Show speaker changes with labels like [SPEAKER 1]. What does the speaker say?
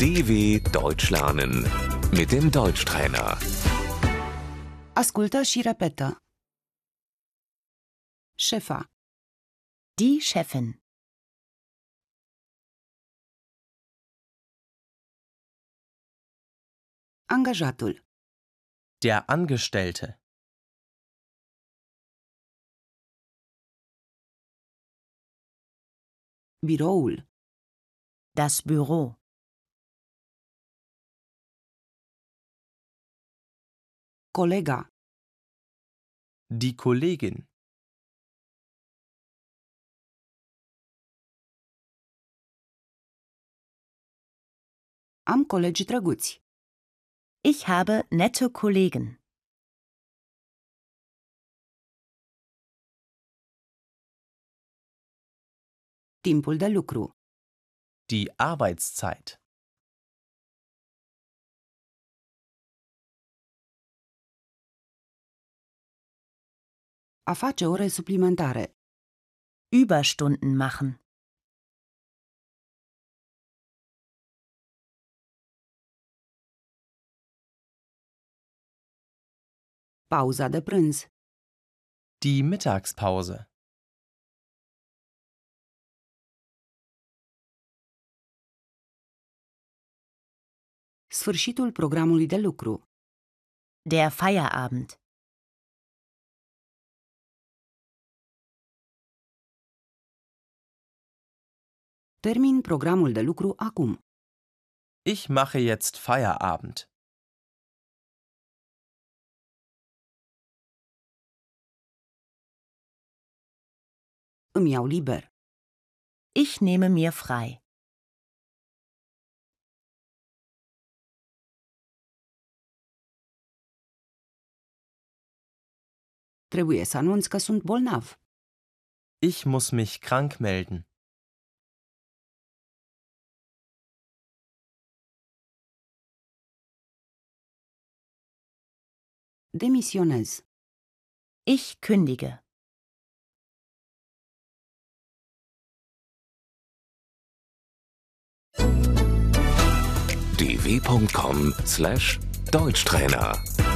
[SPEAKER 1] DW Deutsch lernen mit dem Deutschtrainer.
[SPEAKER 2] Ascultă și repetă. Șefa,
[SPEAKER 3] Die Chefin.
[SPEAKER 2] angajatul,
[SPEAKER 4] Der Angestellte.
[SPEAKER 2] biroul,
[SPEAKER 3] Das Büro.
[SPEAKER 2] colega,
[SPEAKER 4] Die Kollegin.
[SPEAKER 2] am colegi drăguți,
[SPEAKER 3] Ich habe nette Kollegen.
[SPEAKER 2] timpul de lucru,
[SPEAKER 4] Die Arbeitszeit.
[SPEAKER 2] a face ore suplimentare,
[SPEAKER 3] Überstunden machen.
[SPEAKER 2] pauza de prânz,
[SPEAKER 4] Die Mittagspause.
[SPEAKER 2] sfârșitul programului de lucru,
[SPEAKER 3] Der Feierabend.
[SPEAKER 2] termin programul de lucru acum.
[SPEAKER 4] Ich mache jetzt Feierabend.
[SPEAKER 2] Îmi iau liber.
[SPEAKER 3] Ich nehme mir frei.
[SPEAKER 2] Trebuie să anunț că sunt bolnav.
[SPEAKER 4] Ich muss mich krank melden.
[SPEAKER 2] Demisionez.
[SPEAKER 3] Ich kündige.
[SPEAKER 1] dw.com/deutschtrainer